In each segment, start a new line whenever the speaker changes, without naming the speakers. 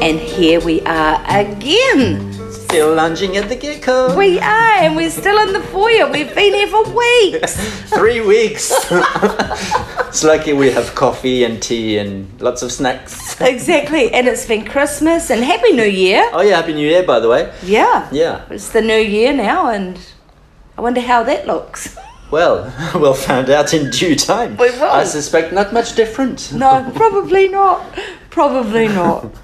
And here we are again.
Still lounging at the gecko.
We are, and we're still in the foyer. We've been here for weeks.
Three weeks. it's lucky we have coffee and tea and lots of snacks.
Exactly, and it's been Christmas and Happy New Year.
Oh yeah, happy New Year by the way.
Yeah.
Yeah.
It's the new year now, and I wonder how that looks.
Well, we'll find out in due time.
We will.
I suspect not much different.
No, probably not. Probably not.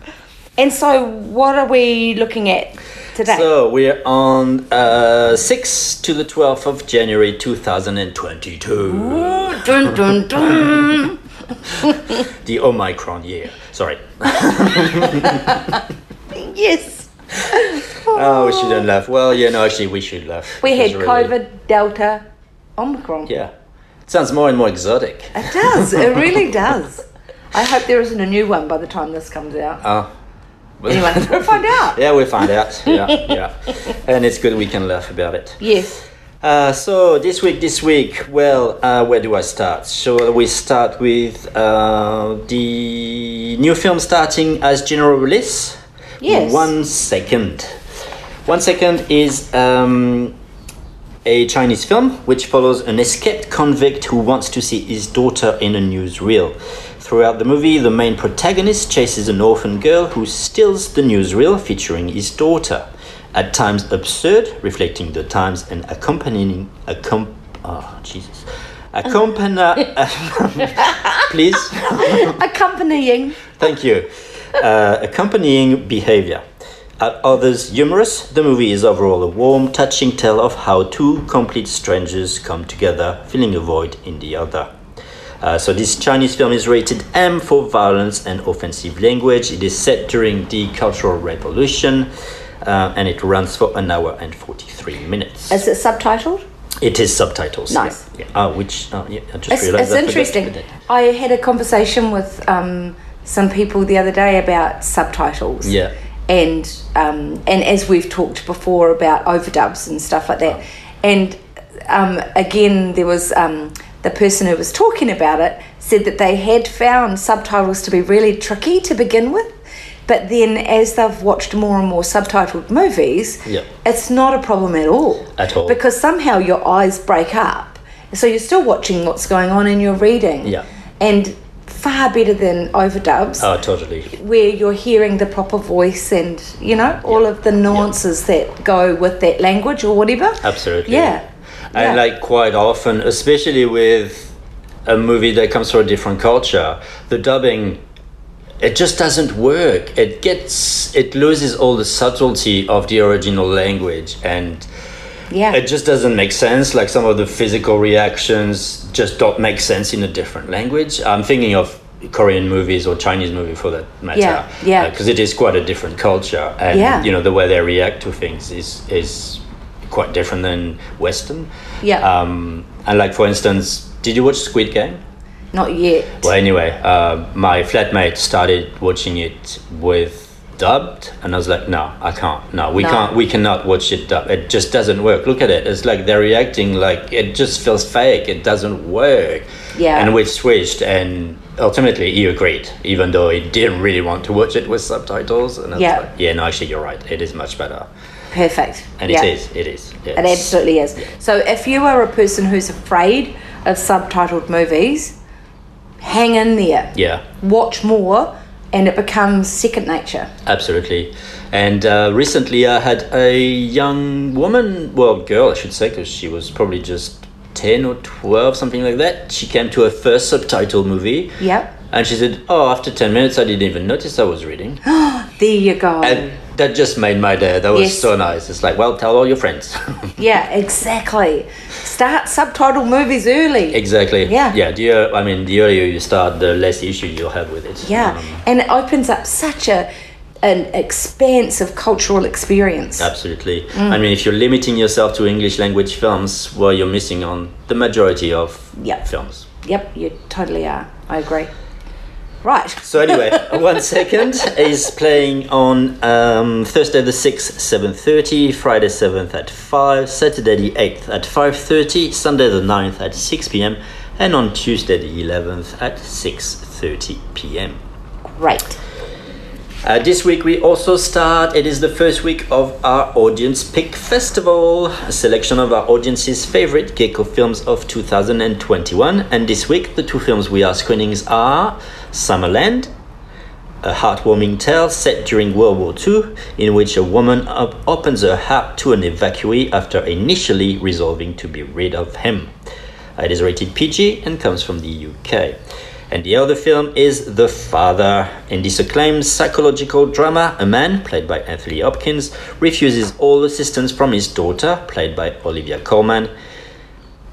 And so, what are we looking at today?
So we're on uh, 6 to the 12th of January 2022,
Ooh, dun, dun, dun.
the Omicron year. Sorry.
yes.
Oh, we shouldn't laugh. Well, yeah, no, actually, we should laugh.
We had
It's really-
COVID, Delta, Omicron.
Yeah. It sounds more and more exotic.
It does. It really does. I hope there isn't a new one by the time this comes out.
Oh.
Anyway, we'll find out.
Yeah, we'll find out. Yeah, yeah. And it's good we can laugh about it.
Yes.
Uh, so, this week, this week, well, uh, where do I start? So, we start with uh, the new film starting as general release.
Yes.
One second. One second is um, a Chinese film which follows an escaped convict who wants to see his daughter in a newsreel. Throughout the movie, the main protagonist chases an orphan girl who steals the newsreel featuring his daughter. At times absurd, reflecting the times and accompanying. Accom- oh, Jesus. Accompany. please.
Accompanying.
Thank you. Uh, accompanying behavior. At others humorous, the movie is overall a warm, touching tale of how two complete strangers come together, filling a void in the other. Uh, so, this Chinese film is rated M for violence and offensive language. It is set during the Cultural Revolution uh, and it runs for an hour and 43 minutes.
Is it subtitled?
it is subtitles.
Nice.
Yeah, yeah. Uh, which, uh, yeah, I just
It's,
realized
it's
I forgot to
interesting.
put it.
I had a conversation with um, some people the other day about subtitles.
Yeah.
And um, and as we've talked before about overdubs and stuff like
Uh-huh.
that, and um, again there was um, the person who was talking about it said that they had found subtitles to be really tricky to begin with, but then as they've watched more and more subtitled movies,
Yeah.
it's not a problem at all.
At all.
Because somehow your eyes break up. So you're still watching what's going on and you're reading.
Yeah.
And far better than overdubs,
Oh, totally.
where you're hearing the proper voice and, you know, all of the nuances that go with that language or whatever.
Absolutely.
Yeah.
And
Yeah.
like quite often, especially with a movie that comes from a different culture, the dubbing it just doesn't work. It gets it loses all the subtlety of the original language and
Yeah.
it just doesn't make sense. Like some of the physical reactions just don't make sense in a different language. I'm thinking of Korean movies or Chinese movie for that matter.
Yeah, yeah.
Because it is quite a different culture, and
Yeah.
you know the way they react to things is is quite different than Western.
Yeah.
Um, and like for instance, did you watch Squid Game?
Not yet.
Well, anyway, uh, my flatmate started watching it with dubbed, and I was like, "No, I can't. No, we
No.
can't. We cannot watch it dubbed. It just doesn't work. Look at it. It's like they're reacting like it just feels fake. It doesn't work."
Yeah.
And we've switched, and ultimately he agreed, even though he didn't really want to watch it with subtitles. And I was
Yeah.
like, "Yeah, no, actually, you're right. It is much better,
Perfect.
and
yeah.
it is. It is. It's,
It absolutely is. So if you are a person who's afraid of subtitled movies, hang in there.
Yeah."
Watch more and it becomes second nature.
Absolutely. And uh, recently I had a young woman, well, girl, I should say, because she was probably just 10 or 12, something like that. She came to her first subtitle movie.
Yep.
And she said, Oh, after 10 minutes, I didn't even notice I was reading.
There you go.
And that just made my day. That was
Yes.
so nice. It's like, Well, tell all your friends.
yeah, exactly. Start subtitle movies early.
exactly.
Yeah.
Yeah. The, ear- I mean, the earlier you start, the less issue you'll have with it.
yeah,
Um,
and it opens up such a an expansive cultural experience.
Absolutely.
Mm.
I mean, if you're limiting yourself to English language films, well, you're missing on the majority of
Yep.
films.
Yep, you totally are. I agree. Right.
So anyway, one second is playing on um, Thursday the sixth, seven thirty, Friday seventh at five, Saturday the eighth at five thirty, Sunday the 9th at six p.m., and on Tuesday the eleventh at six thirty p.m.
Great.
Uh, this week we also start, it is the first week of our Audience Pick Festival, a selection of our audience's favorite gecko films of 2021. And this week the two films we are screenings are Summerland, a heartwarming tale set during World War II, in which a woman op- opens her heart to an evacuee after initially resolving to be rid of him. It is rated PG and comes from the UK. And the other film is The Father. In this acclaimed psychological drama, a man, played by Anthony Hopkins, refuses all assistance from his daughter, played by Olivia Colman,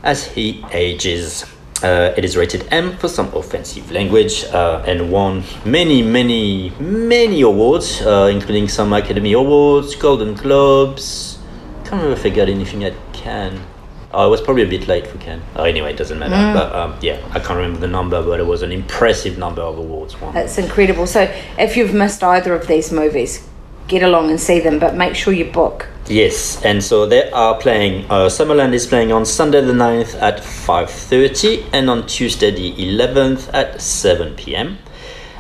as he ages. Uh, it is rated M for some offensive language uh, and won many, many, many awards, uh, including some Academy Awards, Golden Globes. Can't remember if I got anything at Cannes. Oh, I was probably a bit late for Cannes. Oh, anyway, it doesn't matter. But um, yeah, I can't remember the number, but it was an impressive number of awards won.
That's incredible. So if you've missed either of these movies, get along and see them, but make sure you book.
Yes, and so they are playing. Uh, Summerland is playing on Sunday the 9th at 5:30 and on Tuesday the 11th at 7 p.m.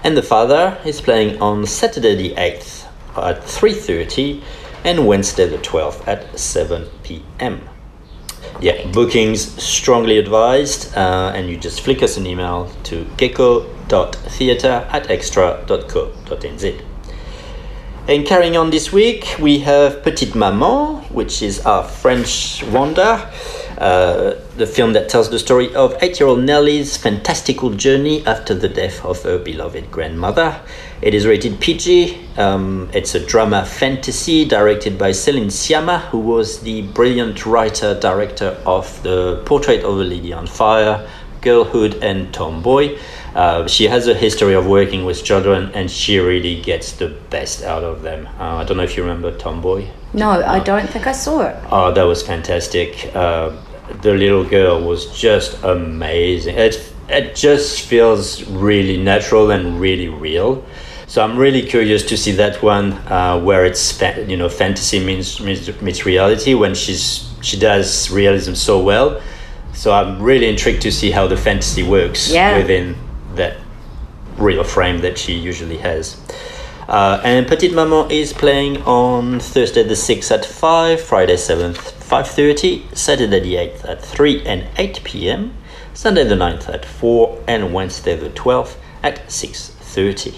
And The Father is playing on Saturday the 8th at 3:30 and Wednesday the 12th at 7 p.m. Yeah, bookings strongly advised, uh, and you just flick us an email to gecko.theatre at extra.co.nz. And carrying on this week, we have Petite Maman, which is our French Wanda, uh, the film that tells the story of eight year old Nellie's fantastical journey after the death of her beloved grandmother. It is rated PG. Um, it's a drama fantasy directed by Céline Sciamma, who was the brilliant writer director of The Portrait of a Lady on Fire, girlhood and tomboy. Uh, she has a history of working with children and she really gets the best out of them. Uh, I don't know if you remember Tomboy.
No, I don't think I saw it.
Oh, that was fantastic. Uh, the little girl was just amazing. It, it just feels really natural and really real. So I'm really curious to see that one uh, where it's fa- you know fantasy means, means meets reality when she's she does realism so well. So I'm really intrigued to see how the fantasy works
Yeah.
within that real frame that she usually has. Uh, and Petite Maman is playing on Thursday the 6th at 5, Friday 7th 5.30, Saturday the 8th at 3 and 8 p.m., Sunday the 9th at 4 and Wednesday the 12th at 6.30.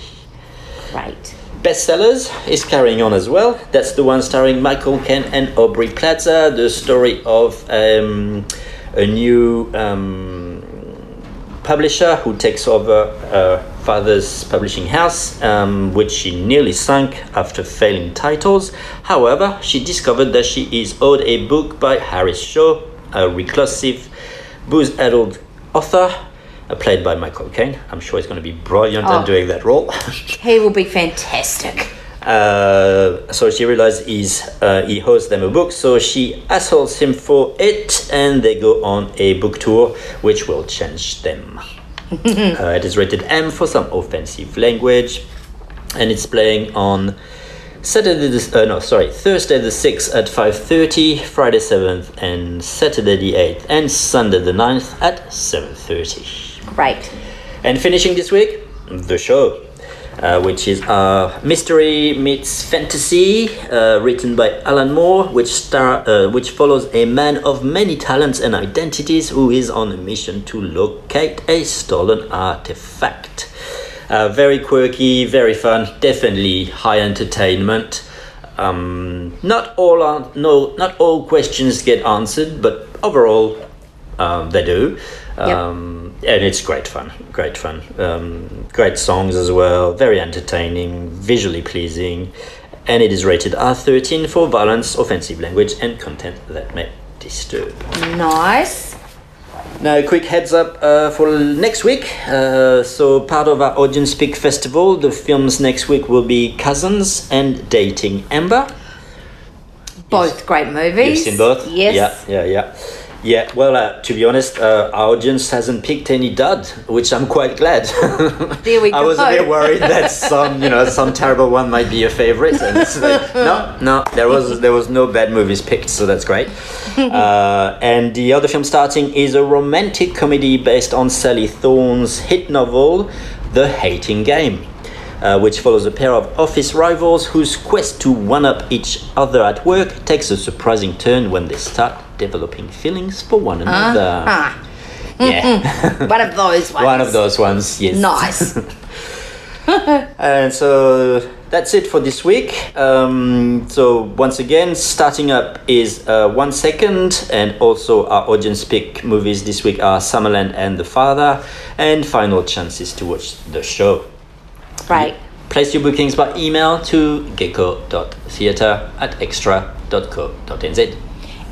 Great.
Bestsellers is carrying on as well. That's the one starring Michael Ken and Aubrey Plaza. The story of um, a new um, publisher who takes over her father's publishing house, um, which she nearly sank after failing titles. However, she discovered that she is owed a book by Harris Shaw, a reclusive, booze-addled author. uh, Played by Michael Caine. I'm sure he's going to be brilliant
Oh.
at doing that role.
He will be fantastic.
Uh, so she realized he's, uh, he owes them a book, so she hassles him for it, and they go on a book tour, which will change them. Uh, it is rated M for some offensive language, and it's playing on Saturday. The, uh, no, sorry, Thursday the sixth at five thirty, Friday seventh, and Saturday the eighth, and Sunday the 9th at seven thirty.
Great.
And finishing this week, the show, uh, which is uh, mystery meets fantasy, uh, written by Alan Moore, which star uh, which follows a man of many talents and identities who is on a mission to locate a stolen artifact. Uh, very quirky, very fun, definitely high entertainment. Um, not all an- no, not all questions get answered, but overall, um, they do.
Yep.
Um, And it's great fun, great fun. Um, great songs as well, very entertaining, visually pleasing. And it is rated R13 for violence, offensive language, and content that may disturb.
Nice.
Now, a quick heads up uh, for next week. Uh, so, part of our Audience Pick Festival, the films next week will be Cousins and Dating Amber.
Both great movies.
You've seen both?
Yes.
Yeah, yeah, yeah. Yeah, well, uh, to be honest, uh, our audience hasn't picked any dud, which I'm quite glad.
There we
I was a
go.
bit worried that some, you know, some terrible one might be a favorite. And it's like, no, no, there was there was no bad movies picked, so that's great. Uh, and the other film starting is a romantic comedy based on Sally Thorne's hit novel, The Hating Game uh, which follows a pair of office rivals whose quest to one up each other at work takes a surprising turn when they start developing feelings for one another.
Ah,
Yeah,
one of those ones.
one of those ones, yes.
Nice.
And so that's it for this week. Um, so, once again, starting up is uh, One Second, and also our audience pick movies this week are Summerland and The Father, and Final Chances to watch the show.
Right.
Place your bookings by email to gecko.theatre at extra.co.nz.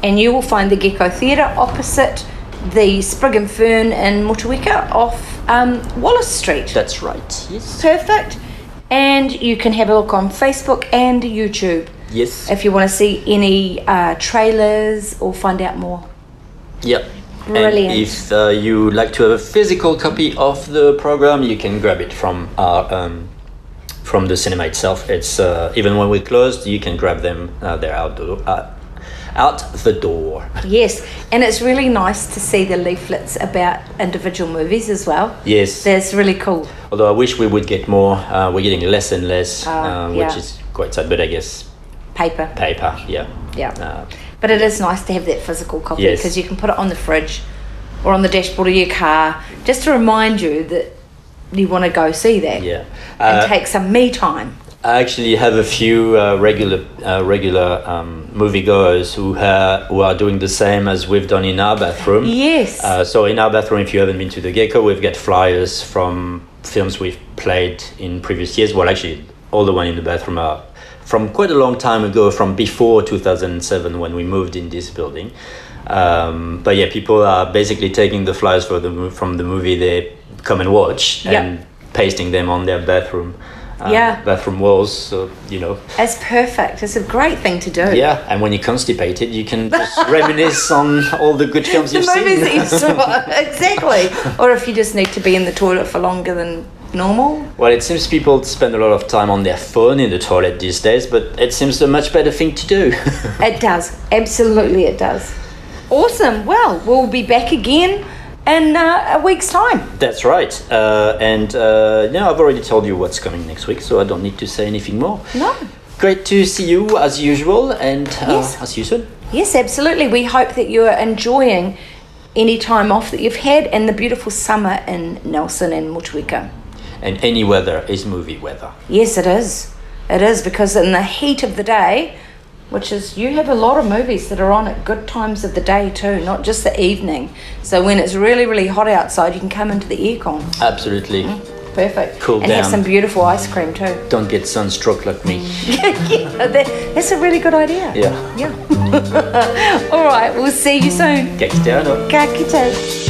And you will find the Gecko Theatre opposite the Sprig and Fern in Motueka off um, Wallace Street.
That's right, yes.
Perfect. And you can have a look on Facebook and YouTube
Yes.
if you want to see any uh, trailers or find out more.
Yep.
Brilliant.
And if uh, you like to have a physical copy of the program, you can grab it from our um, from the cinema itself. It's uh, even when we're closed, you can grab them. Uh, they're out the, uh, out the door.
Yes, and it's really nice to see the leaflets about individual movies as well.
Yes.
That's really cool.
Although I wish we would get more. Uh, we're getting less and less,
Ah,
uh,
yeah.
which is quite sad. But I guess
Paper.
paper. Yeah.
Yeah.
Uh,
But it is nice to have that physical copy
Yes.
because you can put it on the fridge or on the dashboard of your car just to remind you that you want to go see that
yeah.
and
Uh,
take some me time.
I actually have a few uh, regular uh, regular um, moviegoers who uh, who are doing the same as we've done in our bathroom.
Yes.
Uh, so in our bathroom, if you haven't been to the Gecko, we've got flyers from films we've played in previous years. Well, actually, all the one in the bathroom are from quite a long time ago, from before 2007 when we moved in this building. Um, but yeah, people are basically taking the flyers for the mo- from the movie they come and watch
Yeah.
and pasting them on their bathroom. uh,
Yeah.
Bathroom walls, so you know.
It's perfect. It's a great thing to do.
Yeah, and when you're constipated, you can just reminisce on all the good films
the
you've seen.
movies that you saw. exactly. Or if you just need to be in the toilet for longer than normal.
Well, it seems people spend a lot of time on their phone in the toilet these days, but it seems a much better thing to do.
It does. Absolutely, it does. Awesome. Well, we'll be back again in uh, a week's time.
That's right. Uh, and uh, now I've already told you what's coming next week, so I don't need to say anything more.
No.
Great to see you as usual, and uh,
Yes.
I'll see you soon.
Yes, absolutely. We hope that you're enjoying any time off that you've had and the beautiful summer in Nelson and Motueka.
And any weather is movie weather.
Yes, it is. It is because in the heat of the day, which is you have a lot of movies that are on at good times of the day too, not just the evening. So when it's really, really hot outside, you can come into the aircon.
Absolutely.
Mm-hmm. Perfect.
Cool
and have
down.
some beautiful ice cream too.
Don't get sunstroke like me.
yeah, that, that's a really good idea.
Yeah.
Yeah. All right. We'll see you soon.
Gangsterano.
Ka kite.